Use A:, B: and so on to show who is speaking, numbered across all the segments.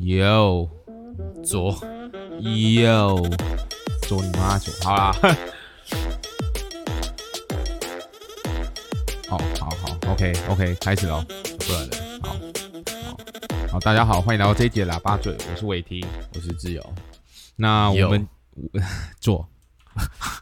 A: 右左右左你妈左，好 啦。好哦好好，OK OK，开始喽，不然了，好，好，好，大家好，欢迎来到这一集的喇叭嘴，我是伟霆。
B: 我是自由。
A: 那我
B: 有
A: 们做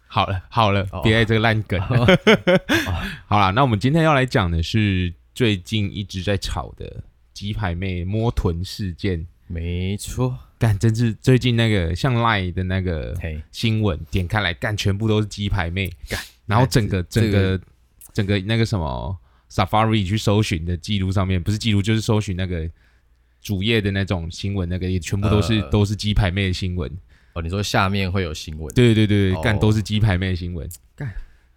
A: 好了，好了
B: 哦，
A: 别爱这个烂梗。 好啦，那我们今天要来讲的是最近一直在吵的鸡排妹摸臀事件。
B: 没错，
A: 干，真是最近那个像 Line 的那个
B: 嘿，
A: 新闻，点开来干，全部都是鸡排妹干，然后整个
B: 这
A: 整
B: 这
A: 个
B: 个
A: 整个那个什么 Safari 去搜寻的记录上面，不是记录就是搜寻那个主页的那种新闻，那个也全部都是、
B: 呃
A: 都是鸡排妹的新闻。
B: 哦，你说下面会有新闻，
A: 对对对对，
B: 哦
A: 干、都是鸡排妹的新闻。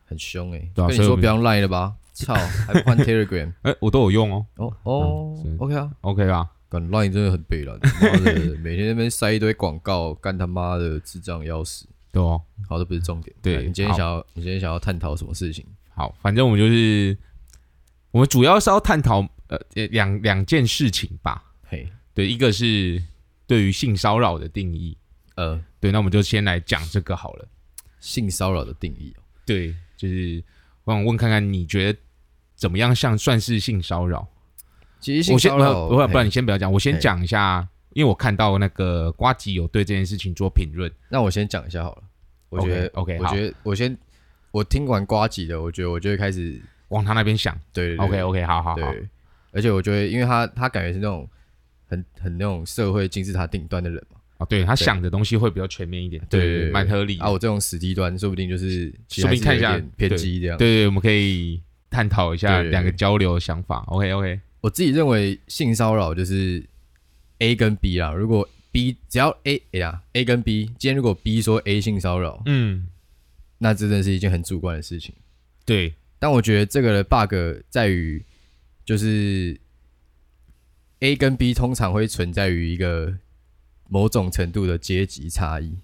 B: 很凶哎、
A: 对啊所
B: 跟你
A: 以我
B: 说
A: 们
B: 不要赖了吧，操，还不换 Telegram？
A: 哎、我都有用哦
B: 哦哦、
A: 嗯是
B: o k 啊，
A: ，OK 吧？
B: 干赖真的很北 了，他妈的，每天在那边塞一堆广告，干他妈的智障要死。
A: 对哦，
B: 好，这不是重点。
A: 对
B: 干你今天
A: 好
B: 想要，你今天想要探讨什么事情？
A: 好，反正我们就是我们主要是要探讨呃两两件事情吧。
B: 嘿，
A: 对，一个是对于性骚扰的定义。
B: 呃，
A: 对，那我们就先来讲这个好了。
B: 性骚扰的定义哦，
A: 对，就是我想问看看，你觉得怎么样像算是性骚扰？
B: 其实
A: 我
B: 性
A: 先，
B: 骚扰，
A: 我不然
B: 嘿
A: 你先不要讲，我先
B: 嘿
A: 讲一下，因为我看到那个瓜吉有对这件事情做评论。
B: 那我先讲一下好了。我觉得
A: OK，OK，
B: 我
A: 好
B: 觉得我先，我听完瓜吉的，我觉得我就会开始，
A: 往他那边想
B: 对对对
A: ，OK OK，好好好，
B: 对，而且我觉得，因为他他感觉是那种很很那种社会金字塔顶端的人嘛，
A: 哦，对他
B: 对
A: 想的东西会比较全面一点，
B: 对
A: 对
B: 对对
A: 蛮合理的
B: 啊，我这种死低端，说不定就是其实
A: 说不定
B: 还
A: 看
B: 是
A: 一下
B: 有点偏激这样。
A: 对对，我们可以探讨一下
B: 对对对
A: 两个交流的想法。OK OK，
B: 我自己认为性骚扰就是 A 跟 B 啦，如果 B 只要 A 哎呀 A 跟 B，今天如果 B 说 A 性骚扰，
A: 嗯，
B: 那这真的是一件很主观的事情。
A: 对，
B: 但我觉得这个的 bug 在于，就是 A 跟 B 通常会存在于一个某种程度的阶级差异。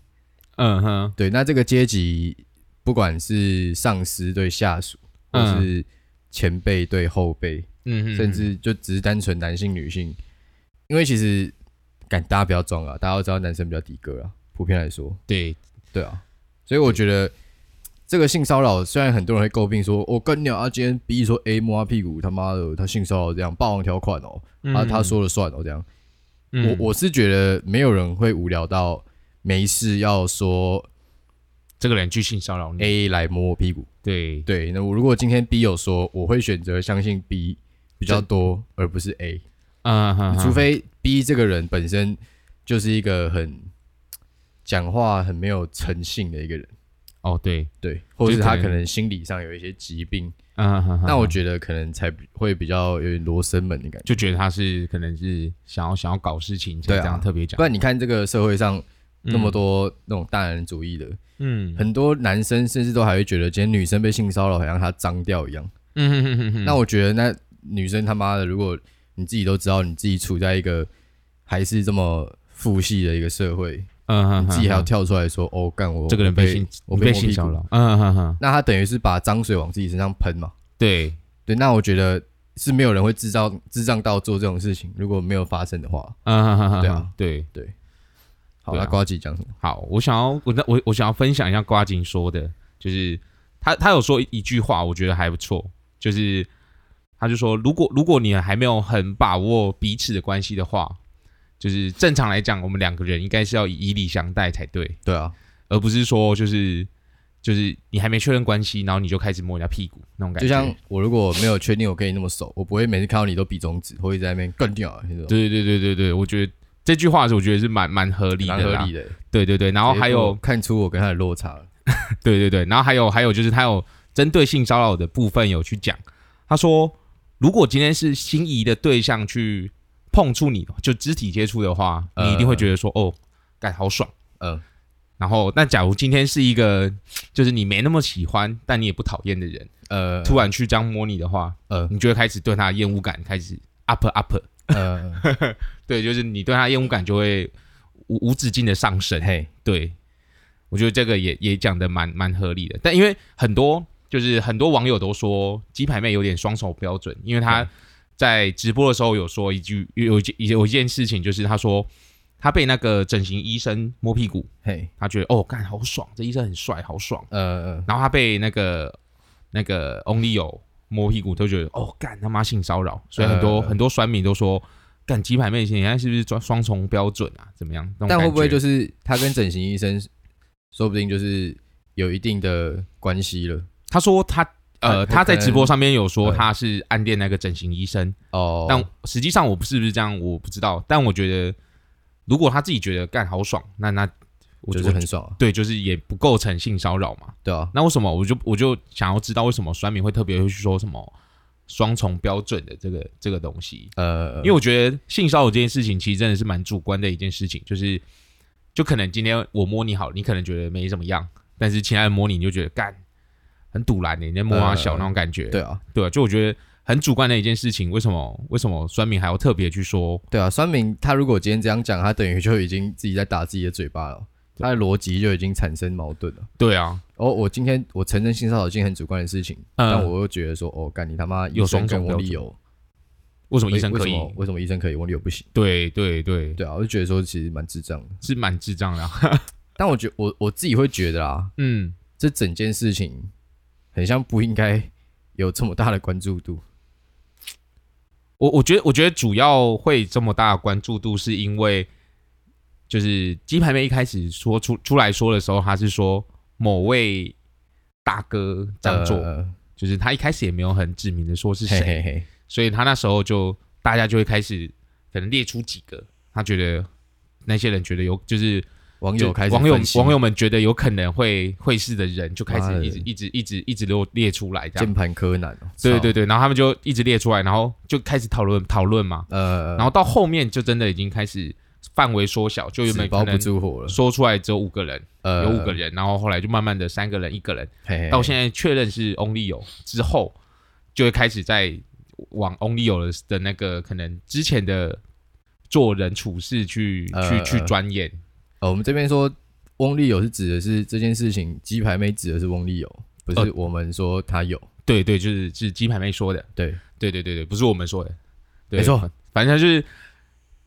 A: 嗯哼，
B: 对，那这个阶级，不管是上司对下属，
A: 嗯
B: 或是前辈对后辈，
A: 嗯哼，
B: 甚至就只是单纯男性、女性，因为其实，敢大家不要装啊，大家都知道男生比较的哥啊，普遍来说，
A: 对，
B: 对啊，所以我觉得这个性骚扰，虽然很多人会诟病说，我、跟你讲啊，今天 B 说 A 摸他屁股，他妈的，他性骚扰这样，霸王条款哦，啊，他说了算哦，这样，
A: 嗯，
B: 我我是觉得没有人会无聊到没事要说
A: 这个人去性骚扰你，
B: A 来摸我屁股。
A: 对，
B: 对，那我如果今天 B 有说，我会选择相信 B 比较多，而不是 A，、
A: 嗯哼，
B: 除非 B 这个人本身就是一个很讲话很没有诚信的一个人，
A: 哦对，
B: 对，或者是
A: 就可
B: 他
A: 能
B: 可能心理上有一些疾病，
A: 嗯哼，
B: 那我觉得可能才会比较有点罗生门的感觉。
A: 就觉得他是可能是想要想要搞事情才
B: 对啊
A: 这样特别讲
B: 不，然你看这个社会上那
A: 嗯，
B: 么多那种大男人主义的，
A: 嗯
B: 很多男生甚至都还会觉得，今天女生被性骚扰，好像她脏掉一样。
A: 嗯哼哼哼哼，
B: 那我觉得那女生他妈的，如果你自己都知道你自己处在一个还是这么父系的一个社会，
A: 嗯哼哼
B: 你
A: 哼，
B: 自己还要跳出来说哦，干我
A: 这个人
B: 我被
A: 性
B: 我
A: 被
B: 被
A: 性骚
B: 摸屁
A: 扰，嗯哼哼，
B: 那他等于是把脏水往自己身上喷嘛？
A: 对，
B: 对，那我觉得是没有人会智障智障到做这种事情，如果没有发生的话。
A: 嗯哼哼哼，
B: 对啊，
A: 对，
B: 好，
A: 对啊
B: 那瓜吉讲什么？
A: 好，我想要我我我想要分享一下瓜金说的，就是他他有说一句话，我觉得还不错，就是他就说，如果如果你还没有很把握彼此的关系的话，就是正常来讲，我们两个人应该是要以以礼相待才对，
B: 对啊，
A: 而不是说就是就是你还没确认关系，然后你就开始摸人家屁股那种感觉，
B: 就像我如果没有确定我跟你那么熟，我不会每次看到你都比中指，或者在那边更屌那种，
A: 对对对对对，我觉得这句话是我觉得是蛮蛮合理的
B: 蛮合
A: 啦，
B: 理的。
A: 对对对，然后还有
B: 看出我跟他的落差了。
A: 对对对，然后还有还有就是他有针对性骚扰的部分有去讲，他说如果今天是心仪的对象去碰触你，就肢体接触的话，
B: 呃
A: 你一定会觉得说、哦，感好爽。
B: 嗯，
A: 然后，那假如今天是一个就是你没那么喜欢，但你也不讨厌的人，
B: 呃，
A: 突然去这样摸你的话，
B: 呃
A: 你就会开始对他的厌恶感开始 up up，
B: 呃，
A: 对，就是你对他的厌恶感就会无无止境的上升。
B: 嘿，
A: 对，我觉得这个也也讲的蛮蛮合理的。但因为很多就是很多网友都说鸡排妹有点双手标准，因为她在直播的时候有说一句有有一件有一件事情，就是她说他被那个整形医生摸屁股，
B: 嘿，
A: 他觉得哦，干好爽，这医生很帅，好爽。
B: 呃，
A: 然后他被那个那个 Only 有摸屁股，都觉得哦，干他妈性骚扰，所以很多、
B: 呃
A: 很多酸民都说，干鸡排妹现在是不是双双重标准啊？怎么样？那种
B: 但会不会就是是他跟整形医生，说不定就是有一定的关系了？
A: 他说他呃
B: 他
A: 他
B: 他
A: 在直播上面有说
B: 对
A: 他是暗恋那个整形医生，
B: 哦，
A: 但实际上我不是不是这样，我不知道。但我觉得如果他自己觉得干好爽，那那我
B: 就是很爽啊，
A: 对，就是也不构成性骚扰嘛。
B: 对啊，
A: 那为什么我就我就想要知道为什么酸民会特别会去说什么双重标准的这个这个东西？
B: 呃，
A: 因为我觉得性骚扰这件事情其实真的是蛮主观的一件事情，就是就可能今天我摸你好，你可能觉得没怎么样，但是其他人摸你你就觉得干很堵然的、欸你在摸他小
B: 呃
A: 那种感觉，
B: 对啊，
A: 对啊，就我觉得很主观的一件事情，为什么为什么酸民还要特别去说？
B: 对啊，酸民他如果今天这样讲，他等于就已经自己在打自己的嘴巴了，他的逻辑就已经产生矛盾了。
A: 对啊，
B: 哦，我今天我承认性骚扰是件很主观的事情，
A: 嗯
B: 但我又觉得说，哦，干你他妈
A: 有双
B: 双
A: 重
B: 跟
A: 标
B: 我
A: 准
B: 理由，
A: 为什么
B: 为
A: 医生可以
B: 为什？么为什么医生可以，我理由不行？
A: 对对对，
B: 对啊，我就觉得说其实蛮智障的。
A: 是蛮智障的啊、
B: 但我觉我我自己会觉得啊，
A: 嗯。
B: 这整件事情很像不应该有这么大的关注度。
A: 我我觉得，我觉得主要会这么大的关注度，是因为就是鸡排妹一开始说出出来说的时候，她是说某位大哥这样做，
B: 呃
A: 就是她一开始也没有很指明的说是谁，
B: 嘿嘿嘿，
A: 所以她那时候就大家就会开始可能列出几个，她觉得那些人觉得有就是
B: 网
A: 就
B: 友开始
A: 网友
B: 分析
A: 网友们觉得有可能会会是的人，就开
B: 妈
A: 始
B: 的
A: 一直一直一直一直都列出来这样
B: 键。盘柯南哦，
A: 对
B: 操
A: 对，对，然后他们就一直列出来，然后就开始讨论讨论嘛，
B: 呃，
A: 然后到后面就真的已经开始范围缩小，就原
B: 纸
A: 本
B: 包
A: 可
B: 不
A: 能
B: 住火了，
A: 说出来只有五个人，
B: 呃，
A: 有五个人，然后后来就慢慢的三个人、一个人，
B: 嘿，嘿
A: 到现在确认是 Only 有之后，就会开始在往 Only 有的的那个可能之前的做人处事去去
B: 呃
A: 去钻研，
B: 呃，我们这边说翁立友是指的是这件事情，鸡排妹指的是翁立友，不是
A: 呃
B: 我们说他有。
A: 对对，就是是鸡排妹说的，
B: 对，
A: 对对对对，不是我们说的，对
B: 没错，
A: 反正就是，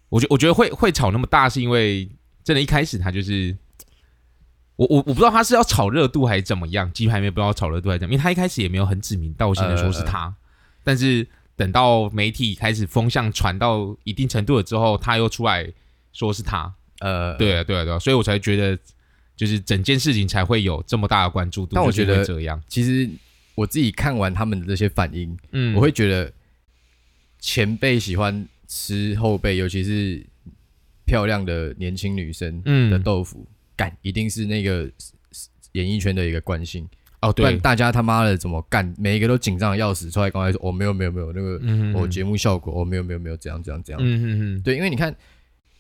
A: 我觉我觉得会会吵那么大，是因为真的，一开始他就是，我我我不知道他是要炒热度还是怎么样，鸡排妹不知道炒热度还是怎么样，因为他一开始也没有很指名道姓的说是
B: 呃
A: 他，但是等到媒体开始风向传到一定程度了之后，他又出来说是他，
B: 呃，。
A: 对啊对啊对啊，所以我才觉得就是整件事情才会有这么大的关注度，
B: 但我
A: 就是
B: 觉得
A: 会这样，
B: 其实我自己看完他们的这些反应，
A: 嗯
B: 我会觉得前辈喜欢吃后辈，尤其是漂亮的年轻女生的
A: 嗯
B: 豆腐，干一定是那个演艺圈的一个惯性。
A: 哦
B: 不然
A: 对，
B: 大家他妈的怎么干？每一个都紧张的要死，出来刚才说哦没有没有没有那个
A: 嗯
B: 哦节目效果哦没有没有没有这样这样这样。
A: 嗯嗯嗯，
B: 对，因为你看，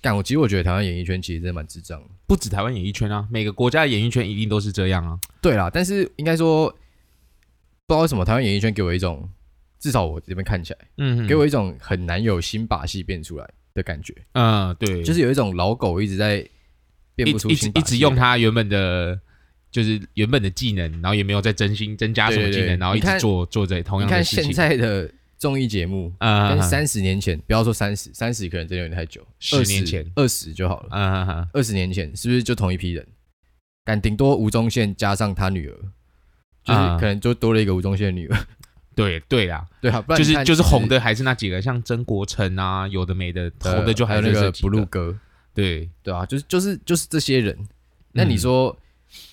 B: 干我其实我觉得台湾演艺圈其实真的蛮智障的。
A: 不止台湾演艺圈啊，每个国家的演艺圈一定都是这样啊。
B: 对啦，但是应该说，不知道为什么台湾演艺圈给我一种，至少我这边看起来，
A: 嗯，
B: 给我一种很难有新把戏变出来的感觉，
A: 嗯，对，
B: 就是有一种老狗一直在变
A: 一
B: 不
A: 直
B: 出
A: 一
B: 新
A: 直
B: 把
A: 一
B: 戏
A: 直用他原本的，就是原本的技能，然后也没有再真心增加什么
B: 对对
A: 技
B: 对
A: 能，然后一
B: 你
A: 直
B: 看
A: 做做这同
B: 你
A: 样
B: 看
A: 的事情。
B: 现在的综艺节目，
A: 嗯，
B: 跟
A: 嗯，
B: 三十年前，不要说三十，三十可能真的有点太久，
A: 10年前
B: 二十就好了。
A: 嗯嗯嗯
B: 二十年前是不是就同一批人？敢顶多吴宗宪加上他女儿，就是
A: 啊
B: 可能就多了一个吴宗宪的女儿，
A: 对对啦，
B: 对啊，不然
A: 就
B: 你
A: 是
B: 看
A: 就是红的还是那几个，像曾国城啊，有的没的，
B: 呃
A: 红的就
B: 还有
A: 是
B: 那
A: 这
B: 个
A: 几
B: blue 哥，
A: 对，
B: 对啊，就是就是就是这些人。那你
A: 嗯
B: 说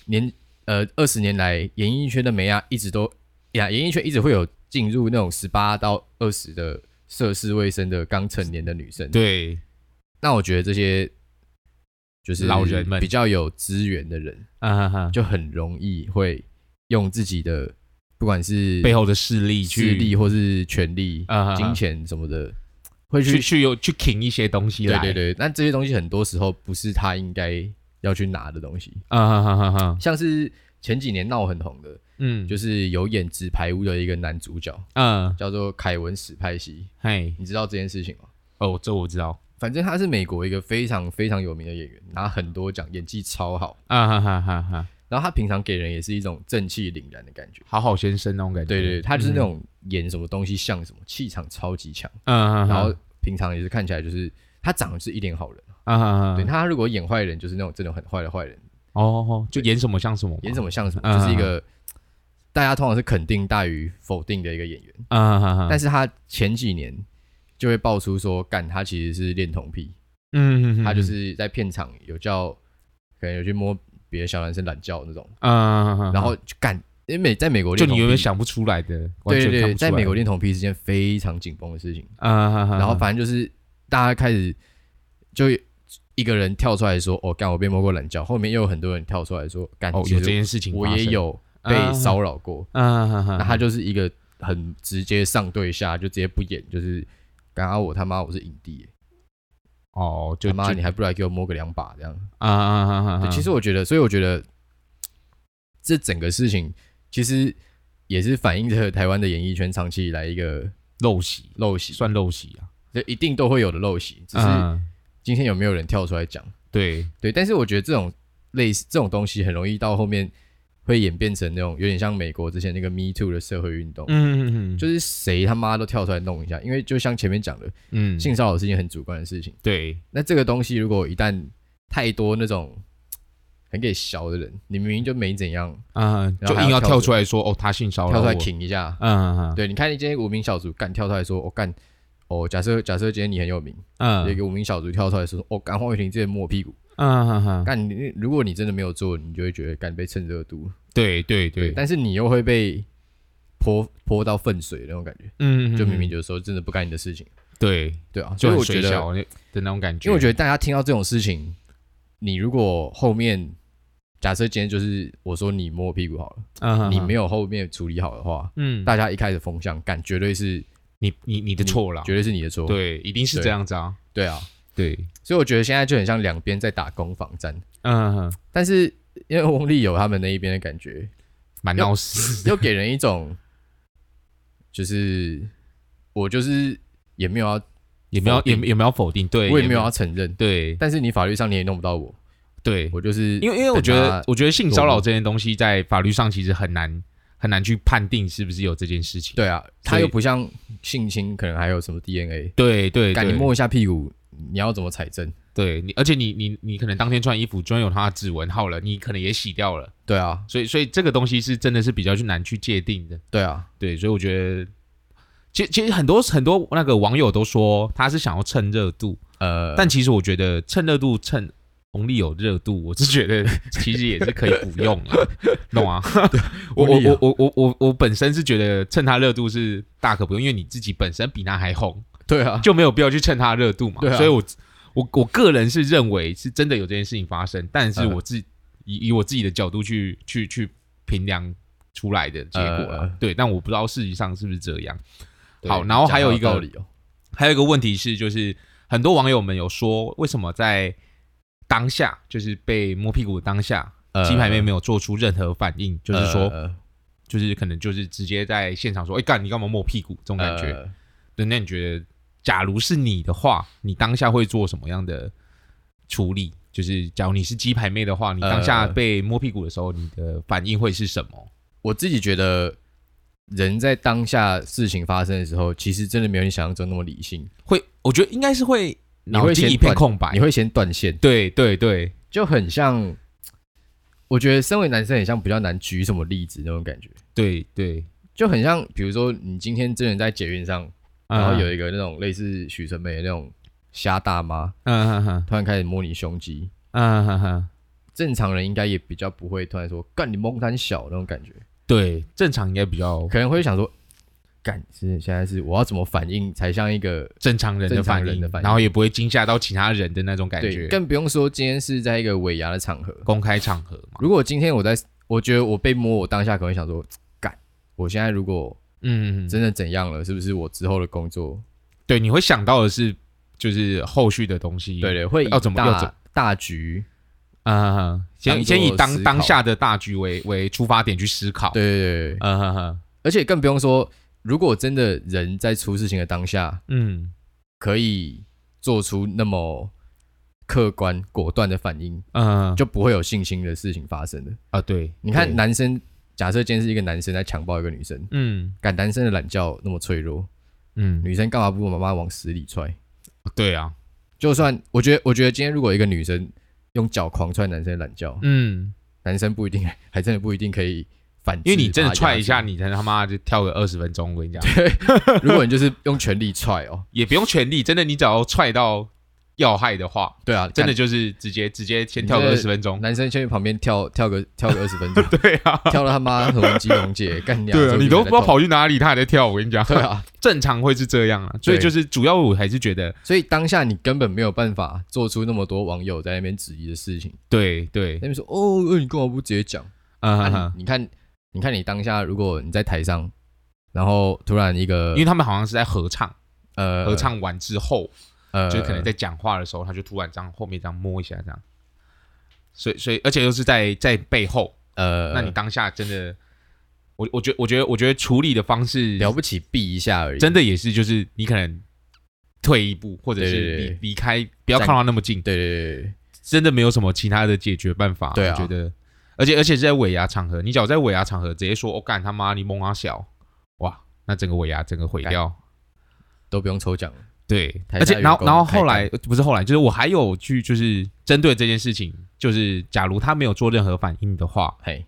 B: 年呃二十年来，演艺圈的梅啊亚一直都呀，演艺圈一直会有进入那种十八到二十的涉世未深的刚成年的女生。，
A: 对
B: 那我觉得这些就是
A: 老人们
B: 比较有资源的人，
A: 嗯嗯嗯，
B: 就很容易会用自己的不管是
A: 背后的势力
B: 势
A: 去
B: 力或是权力、
A: 啊
B: 金钱什么的，会
A: 去
B: 去
A: 去有去挺一些东西
B: 对
A: 来，
B: 对对。但这些东西很多时候不是他应该要去拿的东西。
A: 嗯，嗯嗯嗯嗯
B: 像是前几年闹很红的，
A: 嗯，就
B: 就是有演《纸牌屋》的一个男主角，
A: 嗯
B: 叫做凯文史派西，
A: 嘿
B: 你知道这件事情吗？
A: 哦，这我知道，
B: 反正他是美国一个非常非常有名的演员，拿很多奖，演技超好。
A: 嗯哈哈哈哈，嗯
B: 然后他平常给人也是一种正气凛然的感觉。
A: 好好先生那种感觉，
B: 对对对，他就是那种演什么东西像什么，气场超级强。
A: 嗯，嗯嗯，
B: 然后平常也是看起来就是他长得是一脸好人，
A: 啊啊啊
B: 对他如果演坏人，就是那种真的很坏的坏人，
A: 哦，就演什么像什么嘛，
B: 演什么像什
A: 嗯
B: 么，就是一个大家通常是肯定大于否定的一个演员。
A: 啊啊啊，
B: 但是他前几年就会爆出说，干他其实是恋童癖，
A: 嗯，嗯嗯
B: 他就是在片场有叫，可能有去摸别的小男生懒觉那种，
A: 啊啊，啊啊
B: 然后就干，因为美在美国
A: 就
B: 恋
A: 你
B: 童
A: 永远
B: 癖，
A: 想不出来的，完
B: 对
A: 全
B: 对
A: 看
B: 对，
A: 不出
B: 在
A: 来
B: 美国恋童癖是件非常紧绷的事情。
A: 啊啊啊，啊
B: 然后反正就是大家开始就一个人跳出来说：“哦，干我被摸过懒觉。”后面又有很多人跳出来说：“干，
A: 哦
B: 其
A: 有
B: 实
A: 这件事情，
B: 我也，有被
A: 啊
B: 骚扰过。
A: 啊啊啊，
B: 那他就是一个很直接上对下，就直接不演，就是刚刚我他妈我是影帝耶，
A: 哦，就
B: 他妈
A: 就
B: 你还不来给我摸个两把这样。
A: 啊啊啊啊
B: 对，
A: 啊，
B: 其实我觉得，所以我觉得这整个事情其实也是反映着台湾的演艺圈长期以来一个
A: 陋习
B: 陋习，
A: 算陋习啊，
B: 就一定都会有的陋习，只是
A: 嗯
B: 今天有没有人跳出来讲？
A: 对，
B: 对，但是我觉得这种类似这种东西很容易到后面会演变成那种有点像美国之前那个 Me Too 的社会运动，
A: 嗯嗯嗯，
B: 就是谁他妈都跳出来弄一下，因为就像前面讲的，
A: 嗯
B: 性骚扰是一件很主观的事情。
A: 对，
B: 那这个东西如果一旦太多那种很给小的人，你明明就没怎样，
A: 啊，
B: 然
A: 就
B: 后还
A: 硬
B: 要
A: 要
B: 跳
A: 跳
B: 出
A: 出来说哦，他性骚扰
B: 跳出来
A: 我，
B: 挺一下，
A: 嗯嗯
B: 对，你看你今天无名小卒干跳出来说，我、干。哦，假设假设今天你很有名，
A: 嗯
B: 有一个无名小卒跳出来说：“哦，干黄伟霆之前摸我屁股。
A: 嗯嗯嗯，嗯
B: 干你，你如果你真的没有做，你就会觉得干被蹭热度。
A: 对对对，
B: 但是你又会被泼泼到粪水的那种感觉，
A: 嗯，嗯
B: 就
A: 嗯
B: 明明有时候真的不干你的事情，
A: 对，
B: 对啊，
A: 就
B: 所以
A: 很
B: 我觉
A: 水
B: 得，
A: 小的那种感觉，
B: 因为我觉得大家听到这种事情，你如果后面假设今天就是我说你摸我屁股好了，
A: 得，嗯，
B: 你没
A: 有，
B: 有后面处理好的话，
A: 嗯，
B: 大家一开始风向干绝对是
A: 你你你的错了，
B: 绝对是你的错，
A: 啊对，一定是
B: 对
A: 这样子啊，
B: 对啊，
A: 对，
B: 所以我觉得现在就很像两边在打攻防战，
A: 嗯，嗯
B: 但是因为翁立友他们那一边的感觉，
A: 蛮闹事，
B: 又给人一种就是我就是也没有要。
A: 也没有
B: 否
A: 也
B: 定
A: 没也没有否定，对，
B: 我也没有要承认，
A: 对
B: 但是你法律上你也弄不到我，
A: 对，
B: 我就是
A: 因为因为我
B: 等
A: 觉得
B: 他
A: 我觉得性骚扰这件东西在法律上其实很难很难去判定是不是有这件事情，
B: 对啊，
A: 所
B: 他
A: 以
B: 又不像性侵，可能还有什么 DNA，
A: 对对
B: 敢你
A: 对，
B: 摸一下屁股，你要怎么采证？
A: 对你，而且你你你可能当天穿衣服专有他的指纹号了，你可能也洗掉了，
B: 对啊，
A: 所以所以这个东西是真的是比较去难去界定的。
B: 对啊，
A: 对，所以我觉得，其实其实很多很多那个网友都说他是想要蹭热度，
B: 呃，
A: 但其实我觉得蹭热度蹭。红利有热度，我是觉得 其实也是可以不用了，懂 吗？我我
B: 红利啊
A: 我我
B: 有
A: 我我我本身是觉得蹭他热度是大可不用，因为你自己本身比他还红，
B: 对啊，
A: 就没有必要去蹭他的热度嘛。
B: 对啊
A: 所以我我我个人是认为是真的有这件事情发生，但
B: 呃
A: 是我自、以以我自己的角度去去去评量出来的结果啦。
B: 呃
A: 对，但我不知道事实上是不是这样。
B: 对
A: 好然后还有一个
B: 讲得道理哦，
A: 还有一个问题是，就是很多网友们有说，为什么在当下就是被摸屁股的当下，
B: 呃
A: 鸡排妹没有做出任何反应，就是说，
B: 呃
A: 就是可能就是直接在现场说，哎、干你干嘛摸屁股这种感觉。
B: 呃
A: 对，那你觉得，假如是你的话，你当下会做什么样的处理？就是假如你是鸡排妹的话，你当下
B: 呃
A: 被摸屁股的时候，你的反应会是什么？
B: 我自己觉得。人在当下事情发生的时候，其实真的没有你想象中那么理性，
A: 会，我觉得应该是会
B: 你会
A: 脑筋
B: 先
A: 一片
B: 断
A: 空白
B: 你。会先断线，
A: 对对对，
B: 就很像。我觉得身为男生很像比较难举什么例子那种感觉，
A: 对对，
B: 就很像，比如说你今天真人在捷运上，然
A: 嗯
B: 后有一个那种类似许纯美的那种瞎大妈，
A: 嗯嗯嗯
B: 突然开始摸你胸肌，
A: 嗯嗯嗯，
B: 正常人应该也比较不会突然说“干你蒙胆小”那种感觉，
A: 对，正常应该比 较
B: 可能会想说“干是现在是我要怎么反应才像一个
A: 正常人的
B: 正常
A: 反
B: 人
A: 应
B: 的，反应
A: 然后也不会惊吓到其他人的那种感
B: 对”，
A: 觉。
B: 更不用说今天是在一个尾牙的场合。
A: 公开场合嘛，
B: 如果今天我在，我觉得我被摸，我当下可能会想说“干”，我现在如果
A: 嗯，嗯嗯
B: 真的怎样了，是不是我之后的工作？
A: 对，你会想到的是就是后续的东西。
B: 对对，会以
A: 嗯要怎么要怎
B: 大大局
A: 嗯，哼先
B: 当
A: 先以
B: 作
A: 当
B: 思
A: 当
B: 考
A: 下的大局为为出发点去思考。，
B: 对对对对，
A: 嗯哼哼，
B: 而且更不用说，如果真的人在出事情的当下，
A: 嗯
B: 可以做出那么客观果断的反应，
A: 嗯，
B: 就不会有性侵的事情发生的。
A: 啊，对，
B: 你看
A: 对，
B: 男生，假设今天是一个男生在强暴一个女生，
A: 嗯
B: 敢男生的懒觉那么脆弱，
A: 嗯，
B: 女生干嘛不把妈妈往死里踹？
A: 对啊，
B: 就算我觉得，我觉得今天如果一个女生用脚狂踹男生的懒觉，
A: 嗯，
B: 男生不一定， 还真的不一定可以反制，
A: 因为你真的踹一下，
B: 你，
A: 你才他妈就跳个二十分钟，我跟你讲，
B: 如果你就是用全力踹哦，
A: 也不用全力，真的，你只要踹到要害的话，
B: 对啊，
A: 真的
B: 干
A: 就是直接直接先跳
B: 你
A: 个二
B: 这
A: 十分钟。
B: 男生先去旁边跳跳个跳个二十分 钟，
A: 对啊，
B: 跳到他妈什么基 隆姐，干你
A: 对啊，你都不知道
B: 跑，
A: 跑去哪里，他还在跳。我跟你讲，
B: 对啊，
A: 正常会是这样啊。所以
B: 对
A: 就是主要我还是觉得，
B: 所以当下你根本没有办法做出那么多网友在那边质疑的事情，
A: 对对
B: 那，边说哦，呃你干嘛不直接讲？
A: 嗯，
B: 啊
A: 嗯
B: 你你看，你看你当下，如果你在台上，然后突然一个
A: 因为他们好像是在合唱，
B: 呃
A: 合唱完之后，
B: 呃，
A: 就可能在讲话的时候，他就突然这样后面这样摸一下这样，所以所以而且又是在在背后，
B: 呃，
A: 那你当下真的，我我觉我觉得我觉得处理的方式
B: 了不起避一下而已，
A: 真的也是就是你可能退一步，或者
B: 对对
A: 是
B: 对
A: 离离开，不要靠他那么近，
B: 对对对对
A: 真的没有什么其他的解决办法，
B: 对啊
A: 我觉得，而且而且是在尾牙场合，你只要在尾牙场合直接说，我、哦干他妈你蒙啊小，哇，那整个尾牙整个毁
B: 干
A: 掉。
B: 都不用抽奖了，
A: 对，
B: 台
A: 而且
B: 大
A: 然
B: 员
A: 后
B: 工
A: 然后
B: 开
A: 后来不是后来，就是我还有去就是针对这件事情，就是假如他没有做任何反应的话，
B: 嘿，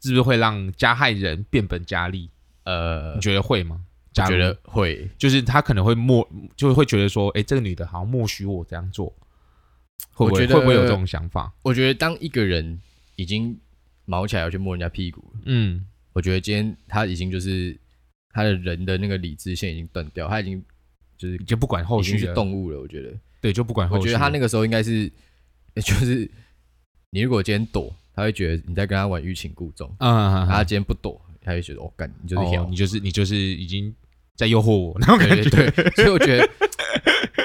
A: 是不是会让加害人变本加厉？
B: 呃
A: 你，觉得会吗？假如
B: 觉得会
A: 就是他可能会默，就会觉得说，哎，这个女的好像默许我这样做，会不
B: 我
A: 会
B: 觉得
A: 会不会有这种想法？
B: 我觉得当一个人已经毛起来要去摸人家屁股了，
A: 嗯，
B: 我觉得今天他已经就是他的人的那个理智线已经断掉，他已经就是
A: 就不管后
B: 已经
A: 续
B: 是
A: 的，
B: 动物了。我觉得，
A: 对，就不管后
B: 我
A: 续。
B: 觉得他那
A: 个
B: 个时候应该是， 就是你如果今天躲，他会觉得你在跟他玩欲擒故纵；，
A: 嗯，
B: 他
A: 啊，
B: 今天不躲，他会觉得哦，干你就是
A: 哦
B: 屌
A: 你，就是你就是已经在诱惑我那种感
B: 对
A: 觉，
B: 对对。所以我觉得，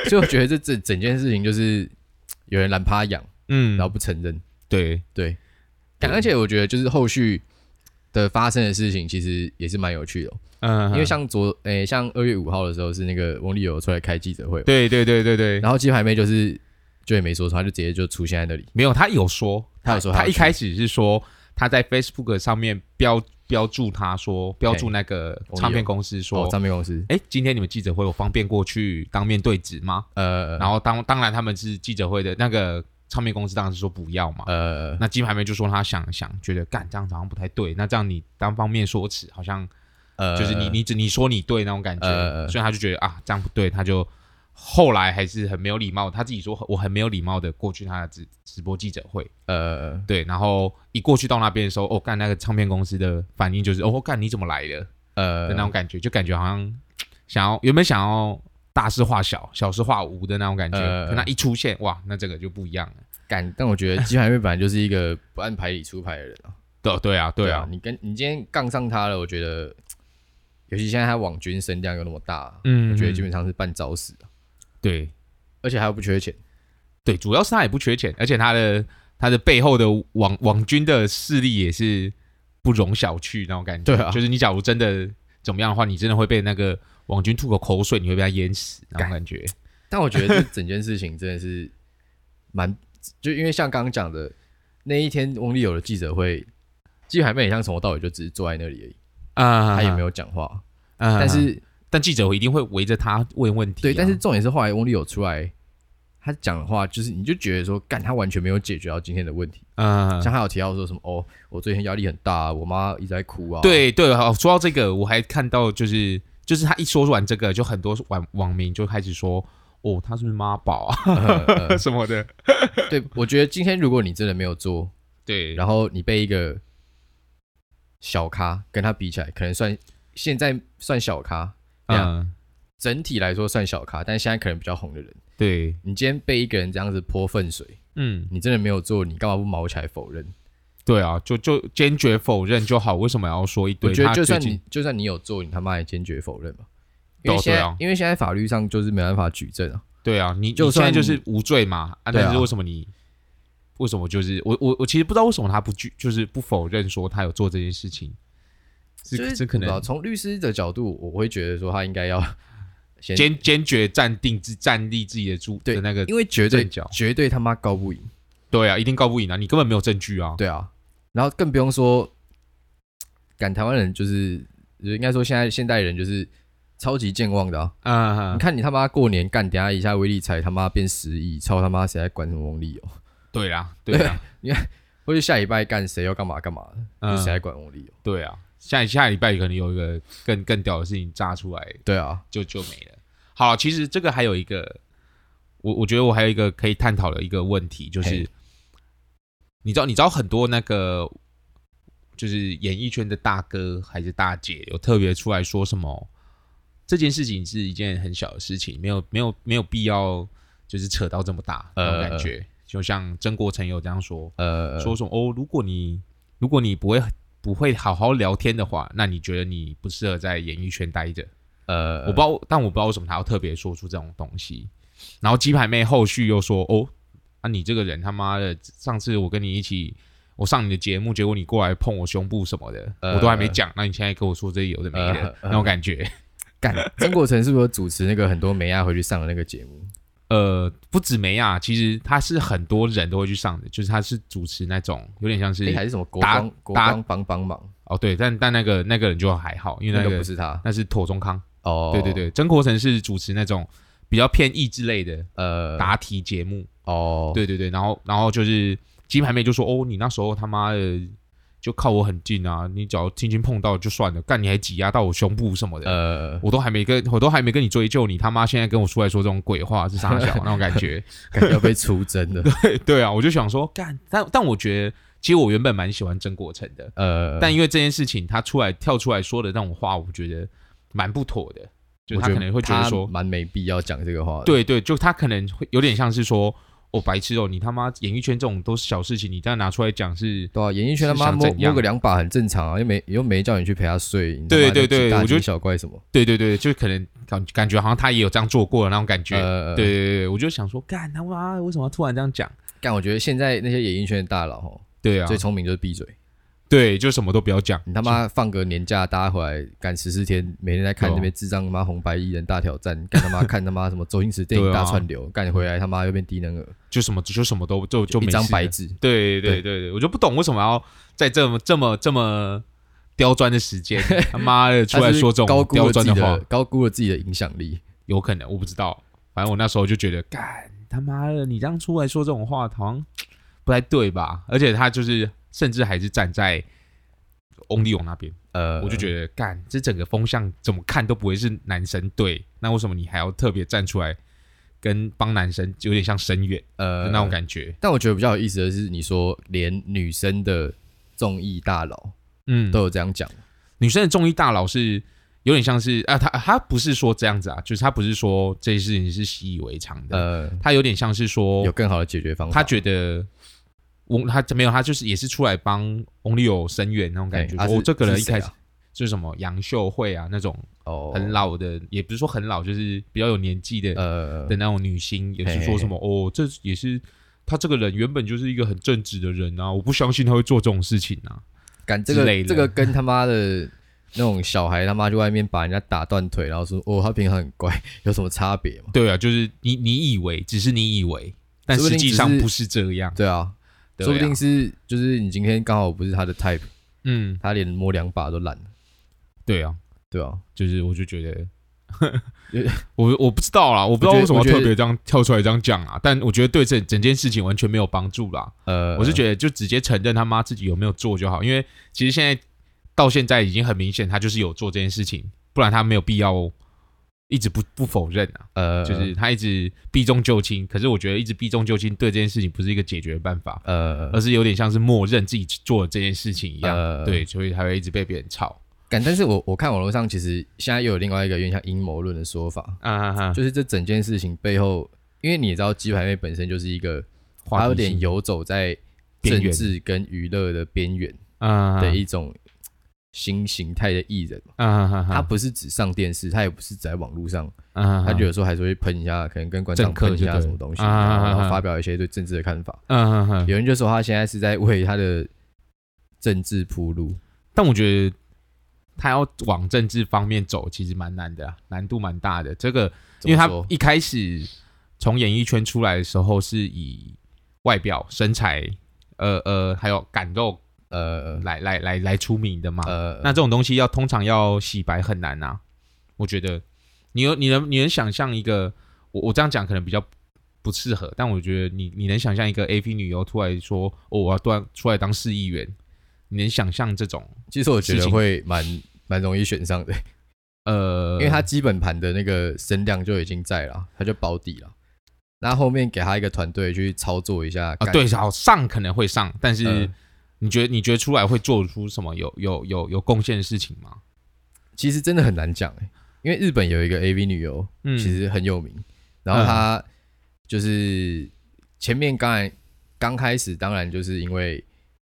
B: 所以我觉得这整整件事情就是有人懒趴痒，
A: 嗯
B: 然，后不承认。
A: 对，
B: 对，但
A: 对
B: 而且我觉得就是后续的发生的事情，其实也是蛮有趣的哦、
A: 嗯，
B: 因为像昨诶、像二月五号的时候是那个翁立友出来开记者会嘛，
A: 对对对对对，
B: 然后鸡排妹就是就也没说什么，她就直接就出现在那里，
A: 没有，他有说，
B: 他有说他
A: 他
B: 有
A: 一开始是说他在 Facebook 上面标标注他说标注那个唱片公司
B: 哦
A: 说，，
B: 唱片公司，
A: 哎、今天你们记者会有方便过去当面对质吗？
B: 呃，
A: 然后当当然他们是记者会的那个唱片公司当然是说不要嘛。
B: 呃，
A: 那金牌妹就说他想想，觉得干这样子好像不太对，那这样你单方面说辞，好像
B: 呃，
A: 就是你你只你说你对那种感觉，
B: 呃
A: 所以他就觉得啊这样不对，他就后来还是很没有礼貌，他自己说我很没有礼貌的过去他的直直播记者会，
B: 呃，
A: 对，然后一过去到那边的时候，哦，干那个唱片公司的反应就是，哦，干你怎么来的的
B: 呃，
A: 那种感觉，就感觉好像想要原本想要大事化小，小事化无的那种感觉，
B: 呃
A: 可那一出现，哇，那这个就不一样了。
B: 感，但我觉得鸡排妹本来就是一个不按牌理出牌的人啊，
A: 对对啊，对啊，
B: 你跟你今天杠上他了，我觉得，尤其现在他网军声量又那么大，啊
A: 嗯
B: 我觉得基本上是半找死啊，
A: 对
B: 而且还有不缺钱，
A: 对，主要是他也不缺钱，而且他的他的背后的网网军的势力也是不容小觑那种感觉。
B: 对啊
A: 就是你假如真的怎么样的话，你真的会被那个网军吐口口水，你会被他淹死那种感觉。
B: 但我觉得这整件事情真的是蛮，就因为像刚刚讲的那一天，翁立友的记者会，季海妹很像从头到尾就只是坐在那里而已，
A: 啊
B: 她也没有讲话。
A: 啊
B: 但是、
A: 但记者一定会围着他问问题啊、
B: 对，但是重点是后来翁立友出来，他讲的话就是你就觉得说，干他完全没有解决到今天的问题。
A: 嗯，
B: 像他有提到说什么哦，我最近压力很大啊，我妈一直在哭啊。，
A: 对对，好，说到这个，我还看到就是就是他一说完这个，就很多网网民就开始说，哦，他是不是妈宝啊、
B: 呃呃
A: 什么的，
B: 对，我觉得今天如果你真的没有做，
A: 对，
B: 然后你被一个小咖跟他比起来，可能算现在算小咖，这样
A: 嗯，
B: 整体来说算小咖，但现在可能比较红的人，
A: 对，
B: 你今天被一个人这样子泼粪水，
A: 嗯，
B: 你真的没有做，你干嘛不毛起来否认？
A: 对啊，就就坚决否认就好，为什么要说一堆？
B: 我觉得
A: 他
B: 就算
A: 最近
B: 你就算你有做，你他妈也坚决否认嘛。因
A: 对啊
B: 为现在、
A: 对啊
B: 因为现在法律上就是没办法举证啊。
A: 对啊，你
B: 就
A: 你现在
B: 算
A: 就是无罪嘛，啊，
B: 对啊
A: 但是为什么你？为什么就是我我我其实不知道为什么他不拒，就是不否认说他有做这件事情，
B: 就是
A: 这可
B: 我不知道
A: 能
B: 从律师的角度，我会觉得说他应该 要先，
A: 坚坚决站定自站立自己的主
B: 对
A: 的那个
B: 因为绝对
A: 阵脚
B: 绝对他妈告不赢，
A: 对啊，一定告不赢啊！你根本没有证据啊。
B: 对啊。然后更不用说，赶台湾人就是，就是应该说现在现代人就是超级健忘的啊！
A: 啊
B: 你，看你他妈过年干，等下一下威力才他妈变十亿，操他妈谁还管什么翁立友？
A: 对啦，对啊啦，
B: 或者下礼拜干谁要干嘛干嘛的，
A: 嗯
B: 就谁还管哦翁立友？
A: 对啊，下下礼拜可能有一个更更屌的事情炸出来，
B: 对啊，
A: 就就没了。好，其实这个还有一个，我我觉得我还有一个可以探讨的一个问题，就是
B: 嘿
A: 你知道你知道很多那个就是演艺圈的大哥还是大姐有特别出来说什么这件事情是一件很小的事情，没有没有没有必要就是扯到这么大那种
B: 呃
A: 感觉，就像曾国成有这样说，
B: 呃，
A: 说什么哦，如果你如果你不会不会好好聊天的话，那你觉得你不适合在演艺圈待着。
B: 呃，
A: 我不知道，但我不知道为什么他要特别说出这种东西。然后鸡排妹后续又说：“哦，啊你这个人他妈的，上次我跟你一起，我上你的节目，结果你过来碰我胸部什么的，
B: 呃
A: 我都还没讲，那你现在跟我说这些有的没的
B: 呃，
A: 那种感觉。
B: 干，曾国成是不是有主持那个很多美亚回去上的那个节目？
A: 呃，不止梅亚，其实他是很多人都会去上的，就是他是主持那种有点像是、
B: 哎，还是什么国
A: 打
B: 光国
A: 打
B: 光帮帮忙？
A: 哦对，但但那个那个人就还好，因为
B: 那
A: 那
B: 个
A: 个
B: 不是他
A: 那是妥中康，
B: 哦，
A: 对对，对，曾国成是主持那种比较偏益智类的
B: 呃，
A: 答题节目。
B: 哦，
A: 对对对，然后然后就是鸡排妹就说：“哦，你那时候他妈的就靠我很近啊，你只要轻轻碰到就算了，干你还挤压到我胸部什么的，
B: 呃，
A: 我都还没跟 我都还没跟你追究，你他妈现在跟我出来说这种鬼话是傻小那种感 觉。
B: 感觉要被出 征了，
A: 对对啊，我就想说干，但但我觉得其实我原本蛮喜欢曾国成的，
B: 呃，
A: 但因为这件事情他出来跳出来说的那种话，我觉得蛮不妥的，就是
B: 我
A: 他可能会觉得
B: 他
A: 说
B: 蛮没必要讲这个话的，
A: 对对，就他可能会有点像是说，哦，白痴哦，你他妈演艺圈这种都是小事情，你再拿出来讲是，
B: 对啊，演艺圈他
A: 是
B: 妈
A: 想
B: 摸
A: 怎样
B: 摸个两把很正常啊，又没又没叫你去陪他睡，你他
A: 对
B: 妈
A: 对对
B: 大
A: 我
B: 惊
A: 就
B: 小怪什么？
A: 对对对，就可能感感觉好像他也有这样做过的那种感觉。
B: 呃，
A: 对对，对对，我就想说，干他妈的为什么要突然这样讲？
B: 干，我觉得现在那些演艺圈的大佬吼，
A: 对啊
B: 最，聪明就是闭嘴，
A: 对，就什么都不要讲。
B: 你他妈放个年假，大家回来干十四天，每天在看
A: 对啊
B: 这边智障他妈红白艺人大挑战，干他妈看他妈什么周星驰电影
A: 对啊
B: 大串流，干回来他妈又变低能儿，
A: 就什么就什么都就就
B: 一
A: 没
B: 张
A: 事啊
B: 白
A: 了
B: 纸。
A: 对对对
B: 对
A: 对对，我就不懂为什么要在这么这么这么刁钻的时 间，他妈的出
B: 他
A: 来
B: 是
A: 说这
B: 高
A: 种
B: 估
A: 刁
B: 了自
A: 钻
B: 己
A: 话
B: 的，高估了自己的影响力，
A: 有可能我不知道，反正我那时候就觉得，干他妈的，你这样出来说这种话，好像不太对吧？而且他就是甚至还是站在翁立勇那边，
B: 呃，
A: 我就觉得，干这整个风向怎么看都不会是男生对，那为什么你还要特别站出来跟帮男生，有点像声援
B: 得呃
A: 的那种感觉？
B: 但我觉得比较有意思的是，你说连女生的综艺大佬
A: 嗯，
B: 都有这样讲，
A: 女生的中医大佬是有点像是啊，他他不是说这样子啊，就是他不是说这件事情是习以为常的，
B: 呃，
A: 他有点像是说
B: 有更好的解决方
A: 嗯
B: 法。
A: 他觉得翁他没有，他就是也是出来帮翁立友声援那种感觉。
B: 哎啊
A: 我、
B: 是
A: 这个人一
B: 是谁
A: 开
B: 啊
A: 始就是什么杨秀慧啊那种
B: 哦，
A: 很老的，也不是说很老，就是比较有年纪的、
B: 呃
A: 的那种女星，也是说什么哦，这也是他这个人原本就是一个很正直的人啊，我不相信他会做这种事情啊。
B: 干这
A: 之类的
B: 个这个跟他妈的那种小孩他妈去外面把人家打断腿，然后说哦他平常很乖，有什么差别吗？
A: 对啊，就是你你以为只是你以为，但
B: 说不
A: 实
B: 定
A: 际
B: 只
A: 上
B: 是
A: 不是这样。
B: 对啊，
A: 对啊
B: 说不定是就是你今天刚好不是他的 type，
A: 嗯，
B: 他连摸两把都懒，
A: 对啊，
B: 对啊，
A: 就是我就觉 得
B: 有，
A: 我我不知道啦，我不知道
B: 我觉得
A: 为什么
B: 我觉得
A: 特别这样跳出来这样讲啊，但我觉得对这整件事情完全没有帮助啦。
B: 呃，
A: 我是觉得就直接承认他妈自己有没有做就好，因为其实现在到现在已经很明显，他就是有做这件事情，不然他没有必要一直不不否认啊，
B: 呃
A: 就是他一直避重就轻。可是我觉得一直避重就轻对这件事情不是一个解决办法，
B: 呃
A: 而是有点像是默认自己做了这件事情一样，
B: 呃
A: 对，所以才会一直被别人吵。
B: 干，但是我我看网络上其实现在又有另外一个有点像阴谋论的说法，
A: 啊哈
B: 就是这整件事情背后，因为你也知道鸡排妹本身就是一个，
A: 哈，
B: 她有点游走在
A: 边
B: 政
A: 缘
B: 治跟娱乐的边缘
A: 啊
B: 的一种新形态的艺人嘛，
A: 啊哈
B: 她
A: 哈，
B: 不是只上电视，她也不是只在网络上，
A: 啊
B: 她就有时候还是会喷一下，可能跟观
A: 政
B: 众
A: 客
B: 喷一
A: 就
B: 下
A: 对
B: 什么东西，
A: 啊啊啊啊
B: 然后发表一些对政治的看法。
A: 嗯嗯嗯，
B: 有人就说她现在是在为她的政治铺路，
A: 但我觉得他要往政治方面走，其实蛮难的啊、难度蛮大的。这个，因为他
B: 怎么说
A: 一开始从演艺圈出来的时候，是以外表、身材，呃呃，还有感肉
B: 呃
A: 来来来来出名的嘛。
B: 呃，
A: 那这种东西要通常要洗白很难啊，我觉得你有你能你能想象一个我我这样讲可能比较不适合，但我觉得你你能想象一个 A P 女优突然说哦我要突然出来当市议员，你能想象这种
B: 其实我觉
A: 事
B: 得
A: 情
B: 会蛮蛮容易选上的，
A: 呃，
B: 因为他基本盘的那个声量就已经在了，他就保底了。那后面给他一个团队去操作一下
A: 啊
B: 干
A: 对，好上可能会上，但是
B: 嗯
A: 你觉得你觉得出来会做出什么有有有有贡献的事情吗？
B: 其实真的很难讲哎、因为日本有一个 AV 女优，
A: 嗯，
B: 其实很有名。然后她就是前面刚然刚开始，当然就是因为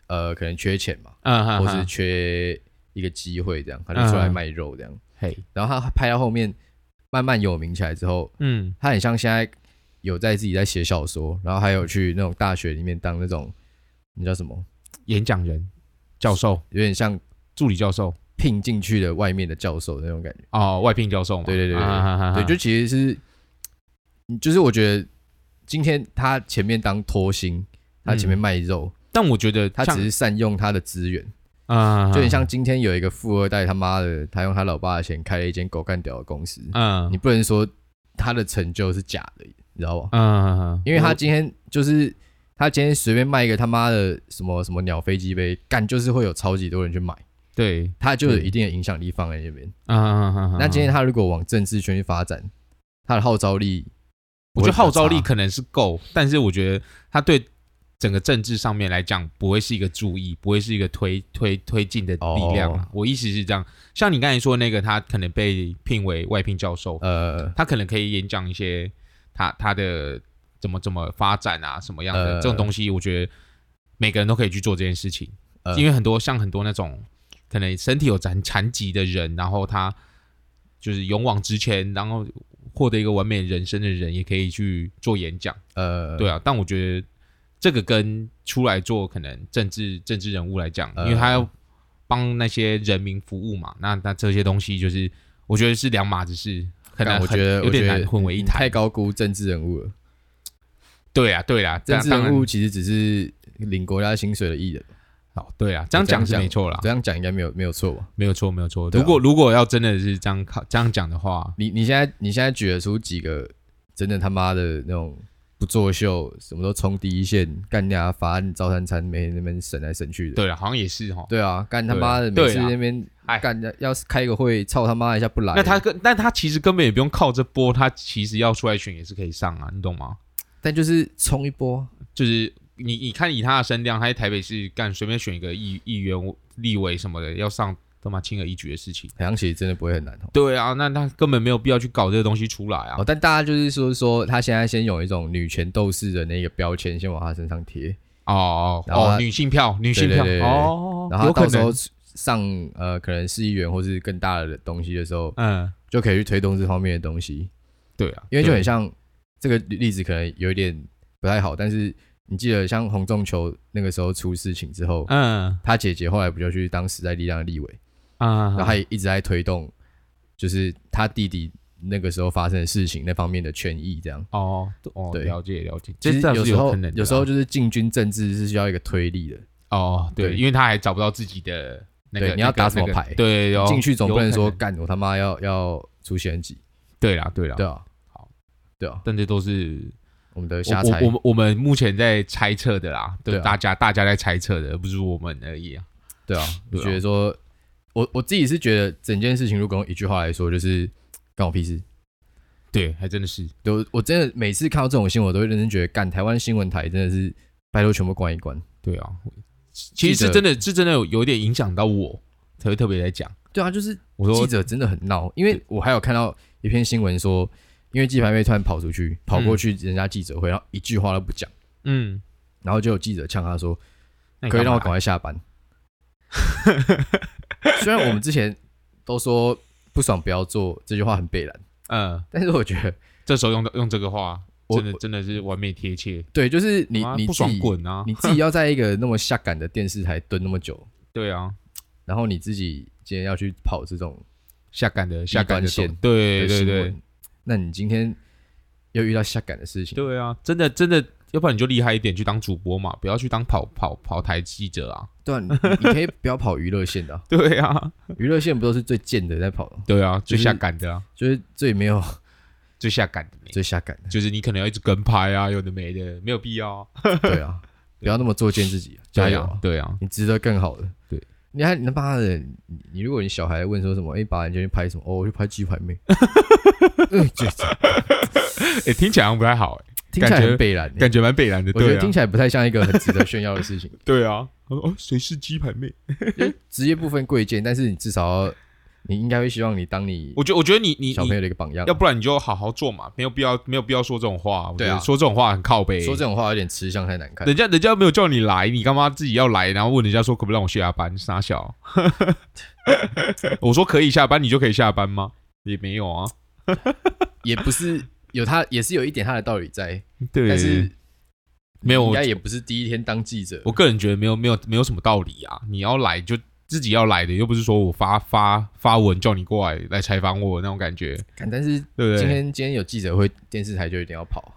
B: 呃可能缺钱嘛，
A: 嗯哼
B: 或
A: 哼
B: 是缺一个机会这样，她就出来卖肉这样。
A: 嘿
B: 然后她拍到后面慢慢有名起来之后，
A: 嗯
B: 她很像现在有在自己在写小说，然后还有去那种大学里面当那种那叫什么，
A: 演讲人教授
B: 有点像
A: 助理教授
B: 聘进去的外面的教授那种感觉。
A: 哦外聘教授嘛，
B: 对对对对
A: 啊哈哈哈
B: 对，就其实是，嗯就是我觉得今天他前面当拖星，他前面卖肉，
A: 但我觉得
B: 他
A: 嗯像
B: 只是善用他的资源，
A: 啊，
B: 就很像今天有一个富二代他妈的，他用他老爸的钱开了一间狗干屌的公司，
A: 嗯
B: 你不能说他的成就是假的，你知道吧？
A: 嗯，
B: 因为他今天就是他今天随便卖一个他妈的什么什么鸟飞机杯，干就是会有超级多人去买，
A: 对，
B: 他就有
A: 对
B: 一定的影响力放在那边。
A: 嗯嗯嗯，
B: 那今天他如果往政治圈去发展，他的号召力不
A: 我觉得
B: 会比较差。
A: 号召力可能是够，但是我觉得他对整个政治上面来讲，不会是一个注意，不会是一个推推推进的力量啊。我意思是这样，像你刚才说那个，他可能被聘为外聘教授，
B: 呃，
A: 他可能可以演讲一些他他的怎么怎么发展啊，什么样的、
B: 呃
A: 这种东西，我觉得每个人都可以去做这件事情，
B: 呃
A: 因为很多像很多那种可能身体有残残疾的人，然后他就是勇往直前，然后获得一个完美人生的人，也可以去做演讲，
B: 呃，
A: 对啊，但我觉得这个跟出来做可能政治政治人物来讲，
B: 呃
A: 因为他要帮那些人民服务嘛，那那这些东西就是我觉得是两码子事，很
B: 但
A: 难，
B: 我觉得
A: 很有点
B: 我觉
A: 难
B: 得
A: 混为一
B: 你
A: 谈。
B: 嗯太高估政治人物了。
A: 对啊，对啊，
B: 政
A: 这
B: 治
A: 当然
B: 人物其实只是领国家薪水的艺人，
A: 哦，对啊，这样讲是没错啦
B: 这，样讲应该没有没有错吧？
A: 没有错，没有错。
B: 对啊
A: 如果如果要真的是这样靠这样讲的话，
B: 你你现在你现在举得出几个真的他妈的那种不作秀，什么都冲第一线，干家法案照三餐，每天那边审来审去的。
A: 对了，好像也是哈。
B: 对啊，干他妈的
A: 对啊
B: 每次那边
A: 哎
B: 干要要是开个会，操他妈一下不来。
A: 那他跟但他其实根本也不用靠这波，他其实要出来选也是可以上啊，你懂吗？
B: 但就是冲一波，
A: 就是你你看以他的声量，他在台北市干随便选一个议议员、立委什么的，要上他妈轻而易举的事情。
B: 好像其实真的不会很难哦。
A: 对啊，那他根本没有必要去搞这个东西出来啊
B: 哦，。但大家就是说说，他现在先有一种女权斗士的那个标签，先往他身上贴，
A: 哦哦
B: 然后他
A: 哦，女性票，女性票
B: 对对对对
A: 哦，
B: 然后
A: 有
B: 他
A: 可
B: 到时候
A: 能，
B: 上呃可能市议员或是更大的东西的时候，
A: 嗯，
B: 就可以去推动这方面的东西，
A: 对啊，
B: 因为就
A: 对
B: 很像这个例子可能有一点不太好，但是你记得像洪仲球那个时候出事情之后，
A: 嗯
B: 他姐姐后来不就去当时代力量的立委，
A: 啊，
B: 然后他也一直在推动，就是他弟弟那个时候发生的事情那方面的权益这样。
A: 哦哦，
B: 对
A: 了解了解，
B: 其
A: 这
B: 实
A: 倒
B: 有
A: 是
B: 时候
A: 可能的啊，
B: 有时候就是进军政治是需要一个推力的，
A: 哦，对，
B: 对
A: 因为他还找不到自己的那个，
B: 对你要
A: 那个
B: 打什么
A: 那个
B: 牌
A: 对，有
B: 进去总不能
A: 有
B: 说
A: 可
B: 干我他妈要要出选举，
A: 对啦对啦，
B: 对啊，
A: 好，
B: 对啊，
A: 但这都是
B: 我们的瞎
A: 我
B: 猜
A: 我我，们我们目前在猜测的啦，对
B: 对啊
A: 大家大家在猜测的，不是我们而已啊。
B: 对啊，我
A: 对啊
B: 觉得说，我我自己是觉得整件事情如果用一句话来说，就是干我屁事。
A: 对，还真的是，
B: 对，我我真的每次看到这种新闻，我都会认真觉得，干台湾新闻台真的是拜托全部关一关。
A: 对啊，其实
B: 记
A: 是
B: 者
A: 真的是真的有有点影响到我，才会特别来讲。
B: 对啊，就是
A: 我
B: 记
A: 说
B: 者真的很闹，因为我还有看到一篇新闻说，因为纪排妹突然跑出去，跑过去人家记者会，然后一句话都不讲，
A: 嗯，
B: 然后就有记者呛他说，
A: 那你
B: 可以让我
A: 干
B: 赶
A: 嘛
B: 快下 班。虽然我们之前都说不爽不要做这句话很北然，
A: 嗯，
B: 但是我觉得
A: 这时候用用这个话，
B: 我
A: 真的真的是完美贴切。
B: 对，就是你
A: 啊
B: 你
A: 不
B: 自
A: 爽
B: 己，
A: 滚啊！
B: 你 自己要在一个那么下岗的电视台蹲那么久，
A: 对啊，
B: 然后你自己今天要去跑这种
A: 下岗的下岗的
B: 端线
A: 走对
B: 的
A: 对
B: 新
A: 对
B: 闻，那你今天又遇到下岗的事情，
A: 对啊，真的真的要不然你就厉害一点，去当主播嘛，不要去当跑跑跑台记者啊。
B: 对啊，你你你可以不要跑娱乐线的啊、
A: 对啊，
B: 娱乐线不都是最贱的在跑，
A: 对啊，最
B: 就是
A: 下赶的啊，
B: 就是最没有
A: 哎最下赶的没，
B: 最下感的。
A: 就是你可能要一直跟拍啊，有的没的，没有必要啊。
B: 对啊，不要那么作贱自己，
A: 对
B: 加
A: 啊
B: 油啊！
A: 对啊，
B: 你值得更好的。
A: 对，
B: 你看你妈的，你你如果你小孩问说什么，哎、爸，你今天拍什么？哦，我去拍鸡排妹。 嗯，就
A: 哎，听起来好像不太好，哎，
B: 听起来
A: 感觉
B: 很北蓝、欸
A: 感觉蛮北然的。
B: 我觉
A: 对
B: 得
A: 啊
B: 听，起来不太像一个很值得炫耀的事情。
A: 对啊。他说哦，谁是鸡排妹？
B: 职业部分贵贱，但是你至少要你应该会希望你当你
A: 我觉我觉得你你
B: 小朋
A: 你，
B: 友的一个榜样。
A: 要不然你就好好做嘛，没有必要没有必要说这种话。我觉
B: 对啊
A: 得说这种话很靠背。
B: 说这种话有点吃相太难看，
A: 人家人家没有叫你来，你干嘛自己要来？然后问人家说可不可以让我下班？傻 小，我说可以下班，你就可以下班吗？也没有啊，
B: 也不是有他也是有一点他的道理在，
A: 对，
B: 但是
A: 没有
B: 应
A: 我
B: 该，也不是第一天当记者
A: 我。个人觉得没有没有没有什么道理啊。你要来就自己要来的，又不是说我发发发文叫你过来来采访我那种感觉，
B: 看但是
A: 对不对？
B: 今天今天有记者会，电视台就一定要跑。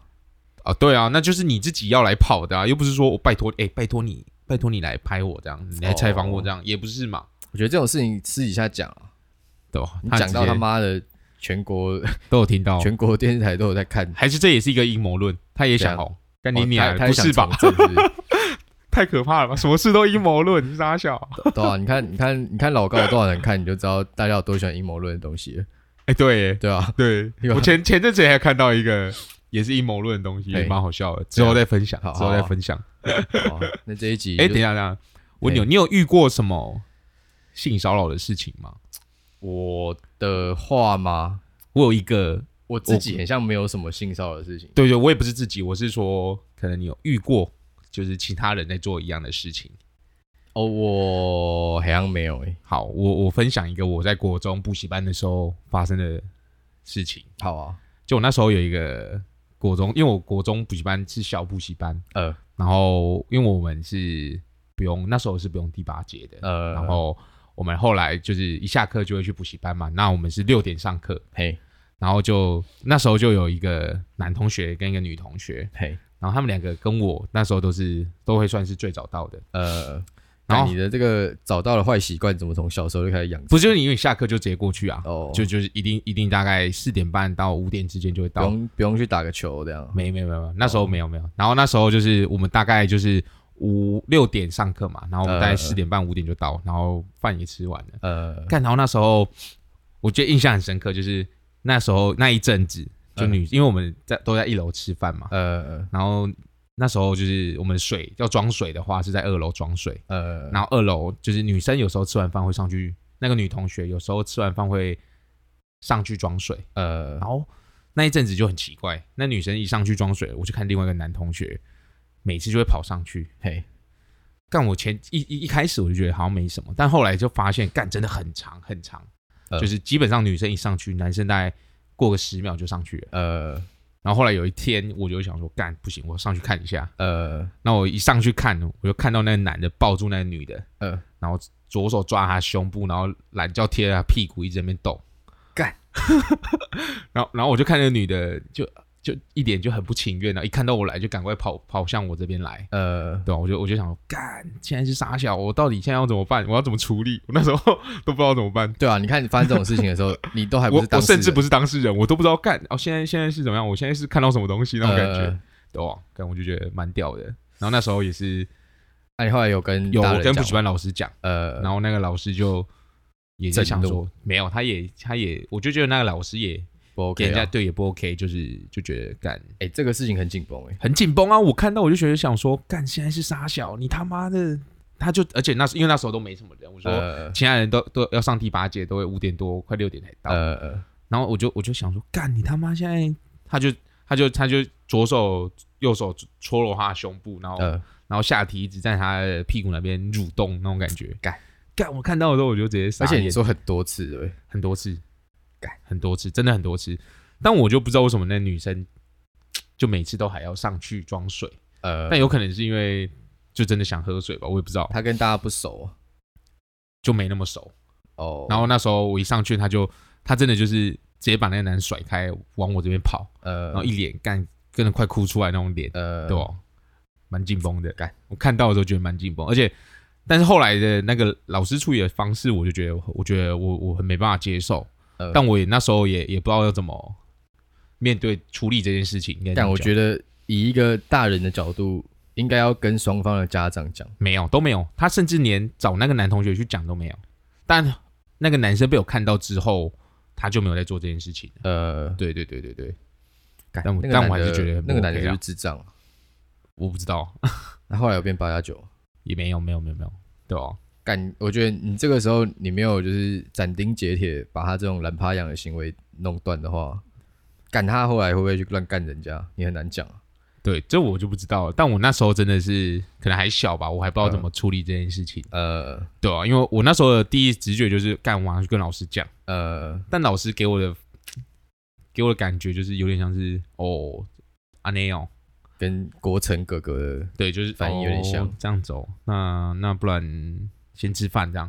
A: 啊，对啊，那就是你自己要来跑的啊，又不是说我拜托，哎、拜托你，拜托你来拍我这样，你来采访我这
B: 哦
A: 样，也不是嘛，
B: 我觉得这种事情私底下讲啊，
A: 对吧？
B: 你讲到
A: 直接哦
B: 他妈的全国
A: 都有听到，
B: 全国电视台都有在看，
A: 还是这也是一个阴谋论，他也想
B: 对啊
A: 红。干你
B: 哦
A: 娘！
B: 他
A: 不是吧？？
B: 他也想从政是
A: 太可怕了吧！什么事都阴谋论，你是傻 小。
B: 不是对啊，你看你看你看老高有多少人看，你就知道大家有多喜欢阴谋论的东西了，
A: 哎、对耶，
B: 对啊，
A: 对
B: 对吧
A: 我 前前阵子还看到一个也是阴谋论的东西，
B: 嘿
A: 也蛮好笑的，之后再分享，
B: 好好
A: 之后再分享。
B: 好啊那这一集
A: 哎、
B: 就
A: 等一下，等一下，我问你，你有遇过什么性骚扰的事情吗？
B: 我的话吗？
A: 我有一个，
B: 我自己很像没有什么性骚扰的事情，
A: 对对，我也不是自己，我是说，可能你有遇过，就是其他人在做一样的事情。
B: 哦，我好像没有诶、
A: 好，我我分享一个我在国中补习班的时候发生的事情。
B: 好啊，
A: 就我那时候有一个国中，因为我国中补习班是小补习班，
B: 呃
A: 然后因为我们是不用那时候是不用第八节的，
B: 呃，
A: 然后我们后来就是一下课就会去补习班嘛，那我们是六点上课，
B: 嘿
A: 然后就那时候就有一个男同学跟一个女同学，
B: 嘿
A: 然后他们两个跟我那时候都是都会算是最早到的，
B: 呃，
A: 然后
B: 那你的这个找到了坏习惯，怎么从小时候就开始养成？
A: 不是因为你下课就直接过去啊，
B: 哦，
A: 就就是一定一定大概四点半到五点之间就会
B: 不
A: 到，
B: 用不用去打个球这样，
A: 没没有没有没有，那时
B: 哦
A: 候没有没有。然后那时候就是我们大概就是五六点上课嘛，然后我们大概
B: 呃
A: 四点半五点就到，然后饭也吃完了。
B: 呃
A: 干，然后那时候我觉得印象很深刻，就是那时候那一阵子，就
B: 嗯
A: 女，因为我们在都在一楼吃饭嘛，
B: 呃
A: 然后那时候就是我们水要装水的话是在二楼装水，
B: 呃，
A: 然后二楼就是女生有时候吃完饭会上去，那个女同学有时候吃完饭会上去装水。
B: 呃
A: 然后那一阵子就很奇怪，那女生一上去装水，我就看另外一个男同学，每次就会跑上去。
B: 嘿
A: 干我前一一一开始我就觉得好像没什么，但后来就发现干真的很长很长，
B: 呃
A: 就是基本上女生一上去，男生大概过个十秒就上去了。
B: 呃
A: 然后后来有一天，我就想说干不行，我上去看一下。
B: 呃
A: 那我一上去看，我就看到那个男的抱住那个女的，
B: 呃，
A: 然后左手抓她胸部，然后懒觉贴着她屁股，一直在那边抖，
B: 干。
A: 然后，然后我就看那个女的，就就一脸就很不情愿然后一看到我来就赶快跑跑向我这边来，
B: 呃
A: 对吧、我就我就想说，干，现在是傻小，我到底现在要怎么办？我要怎么处理？我那时候 都不知道怎么办，
B: 对啊，你看你发生这种事情的时候，你都还不
A: 我
B: 是当
A: 我
B: 事人，
A: 甚至不是当事人，我都不知道干。哦，现在现在是怎么样？我现在是看到什么东西那种感觉，
B: 呃
A: 对吧、干，我就觉得蛮屌的。然后那时候也是
B: 那你后来有跟
A: 有
B: 大
A: 我
B: 人
A: 跟补
B: 讲
A: 习班老师讲。
B: 呃，
A: 然后那个老师就也在想
B: 震
A: 说，没有，他也他也，我就觉得那个老师也
B: 不
A: 给
B: OK
A: 人
B: 啊
A: 家对也不 OK，就是就觉得干
B: 哎、这个事情很紧绷哎，
A: 很紧绷啊。我看到我就觉得想说，干现在是傻小，你他妈的，他就而且那时因为那时候都没什么人，我说
B: 呃
A: 其他人都都要上第八届，都会五点多快六点才到，
B: 呃呃
A: 然后我就我就想说，干你他妈现在，他就他就他就左手右手搓揉他的胸部，然后
B: 呃，
A: 然后下体一直在他的屁股那边蠕动那种感觉，干。干！我看到的时候我就直接傻
B: 而
A: 眼，
B: 且你说很多次对不对，
A: 很多次，改很多次，真的很多次。但我就不知道为什么那女生就每次都还要上去装水，
B: 呃，
A: 但有可能是因为就真的想喝水吧，我也不知道，
B: 他跟大家不熟啊
A: 就没那么熟。
B: 哦，
A: 然后那时候我一上去，她就她真的就是直接把那个男甩开，往我这边跑，
B: 呃，
A: 然后一脸干，真的快哭出来那种脸，
B: 呃
A: 对哦，蛮紧绷的。干，我看到的时候觉得蛮紧绷，而且，但是后来的那个老师处理的方式，我就觉得，我觉得我我很没办法接受。
B: 呃
A: 但我也那时候也也不知道要怎么面对处理这件事情。应该这
B: 但
A: 样
B: 我
A: 讲
B: 觉得以一个大人的角度，应该要跟双方的家长讲。
A: 没有都没有，他甚至连找那个男同学去讲都没有。但那个男生被我看到之后，他就没有在做这件事情了。
B: 呃，
A: 对对对对对，
B: 干
A: 但我
B: 那个
A: 但我
B: 男
A: 还是
B: 的
A: 觉得很
B: 那个
A: 不
B: 男的
A: OK
B: 是不
A: 啊
B: 是智障啊，
A: 我不知道，
B: 那后来有变八加九。
A: 也没有没有没有没有，对哦，
B: 干，我觉得你这个时候你没有就是斩钉截铁把他这种懒趴养的行为弄断的话，干他后来会不会去乱干人家，你很难讲啊。
A: 对，这我就不知道了。但我那时候真的是可能还小吧，我还不
B: 嗯
A: 知道怎么处理这件事情，
B: 呃
A: 对啊，因为我那时候的第一直觉就是干，我要去跟老师讲。
B: 呃，
A: 但老师给我的给我的感觉就是有点像是哦阿内哦，
B: 跟国成哥哥的
A: 对，就是
B: 反应有点像
A: 哦这样走。那那不然先吃饭这样。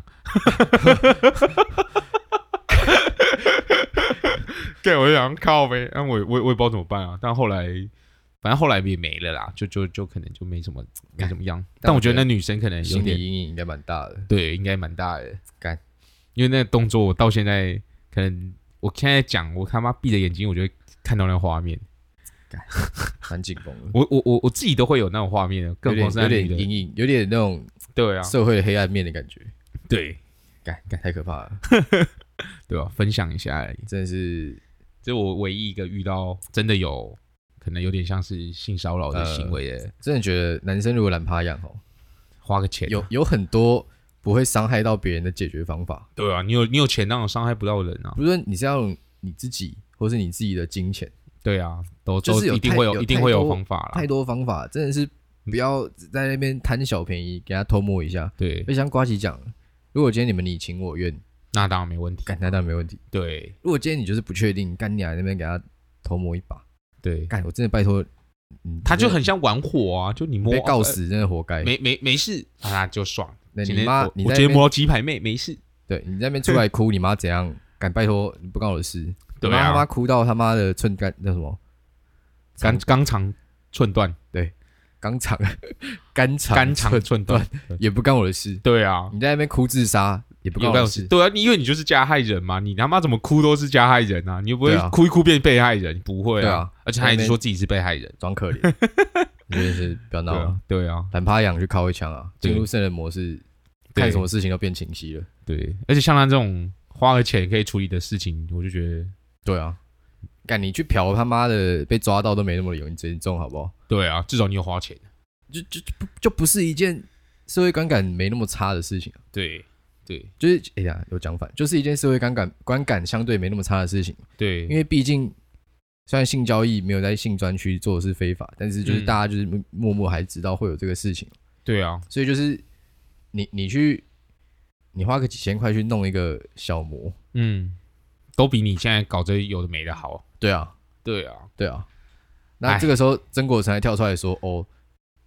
A: 对，我就想靠呗，那我我我也不知道怎么办啊。但后来反正后来也没了啦，就就就可能就没什么没怎么样。
B: 但
A: 但
B: 我
A: 我觉得
B: 觉得
A: 那女生可能有
B: 心
A: 点
B: 理阴影应该蛮大的。
A: 对，应该蛮大的。
B: 干，
A: 因为那个动作我到现在可能我现在讲，我他妈闭着眼睛我就会看到那个画面。
B: 蛮紧绷的，
A: 我我我我自己都会有那种画面的，
B: 有
A: 更何
B: 点
A: 况是
B: 有
A: 那女
B: 点
A: 的。
B: 阴影，有点那种
A: 对啊，
B: 社会的黑暗面的感觉，
A: 对
B: 干干太可怕了，
A: 对吧、分享一下而已，
B: 真的是
A: 这是我唯一一个遇到真的有可能有点像是性骚扰
B: 呃
A: 的行为的，
B: 真的觉得男生如果懒趴样哦，
A: 花个钱啊
B: 有有很多不会伤害到别人的解决方法，
A: 对啊，你有你有钱，那种伤害不到人啊。
B: 不是说你是要用你自己或是你自己的金钱，
A: 对啊，都
B: 就
A: 都
B: 是有
A: 一定
B: 太
A: 会
B: 有
A: 一定
B: 太
A: 会有
B: 多
A: 方法啦
B: 太。多方法，真的是不要在那边贪小便宜，给他偷摸一下。哎
A: 对，
B: 就像瓜吉讲，如果今天你们你情我愿，
A: 那当然没问题。
B: 干那当然没问题。
A: 对
B: 如果今天你就是不确定，干你来那边给他偷摸一把，
A: 对，
B: 干我真的拜托，嗯你
A: 他就
B: 真的
A: 很像玩火啊，就你摸
B: 被告
A: 呃
B: 死，真的活该。
A: 没没没事，啊，就爽。
B: 那
A: 今
B: 你
A: 天
B: 妈
A: 我，
B: 你
A: 我
B: 在
A: 今天
B: 那边
A: 摸到鸡排妹，没事。
B: 对你在那边出来哭，你妈怎样？敢拜托，你不关我的事。
A: 对
B: 你妈他妈
A: 啊，
B: 哭到他妈的寸干那什么
A: 肝肝肠寸断，
B: 肛肠肝肠
A: 肝肠
B: 寸
A: 寸断。
B: 也不干我的事。
A: 对啊，
B: 你在那边哭自杀也不
A: 有
B: 干
A: 关
B: 我
A: 有
B: 的
A: 事
B: 事。
A: 对啊，你因为你就是加害人嘛，你他妈怎么哭都是加害人啊，你又不会
B: 对啊
A: 哭一哭变被害人，不会
B: 对
A: 啊
B: 啊，
A: 而且他一
B: 那
A: 直
B: 边
A: 说自己是被害人，
B: 装可怜， 真的是不要闹
A: 对
B: 了
A: 啊，，对啊，
B: 懒趴痒去靠一枪啊！
A: 对
B: 进入圣人模式，
A: 对
B: 看什么事情都变清晰了。
A: 对，而且像他这种花了钱可以处理的事情，我就觉得，
B: 对啊，干你去嫖他妈的被抓到都没那么严严重，好不好？
A: 对啊，至少你有花钱，
B: 就就就不就不是一件社会观感没那么差的事情啊、
A: 对，对，
B: 就是哎呀，有讲反，就是一件社会观感观感相对没那么差的事情，因
A: 对，
B: 为毕竟。虽然性交易没有在性专区做的是非法，但是就是
A: 嗯
B: 大家就是默默还知道会有这个事情，
A: 对啊，
B: 所以就是你你去你花个几千块去弄一个小模，
A: 嗯，都比你现在搞这有的没的好，
B: 对啊，
A: 对啊，
B: 对啊。
A: 唉
B: 那这个时候，曾国成还跳出来说：“哦，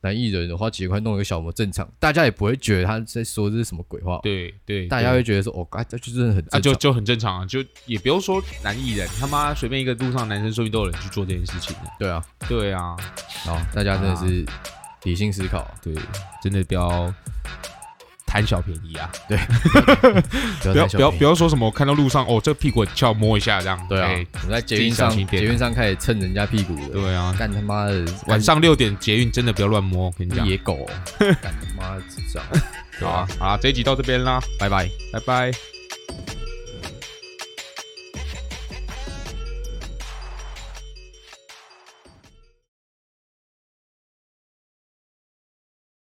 B: 男艺人花几千块弄一个小模正常，大家也不会觉得他在说这是什么鬼话，
A: 对对，
B: 大家会觉得说哦，啊，这就是很
A: 啊，
B: 正
A: 就
B: 常。
A: 就很正常啊，就也不用说男艺人，他妈随便一个路上的男生，说不定都有人去做这件事情的，
B: 对啊，
A: 对啊，
B: 好，大家真的是理性思考，
A: 对，真的不要贪小便宜啊。
B: 不要
A: 不要
B: 太小
A: 不要
B: 便宜
A: 不要说什么，我看到路上哦，这屁股很翘，摸一下这样。
B: 对啊
A: 哎，
B: 我们在捷
A: 自
B: 运
A: 己小
B: 上
A: 心一点
B: 捷运上开始蹭人家屁股的，
A: 对啊，
B: 干他妈的
A: 晚上六点捷运真的不要乱摸，我跟你
B: 干
A: 讲。
B: 野哦狗，干他妈的智障，哦
A: 好啊，好啊，这一集到这边啦，
B: 拜拜。”
A: 拜拜。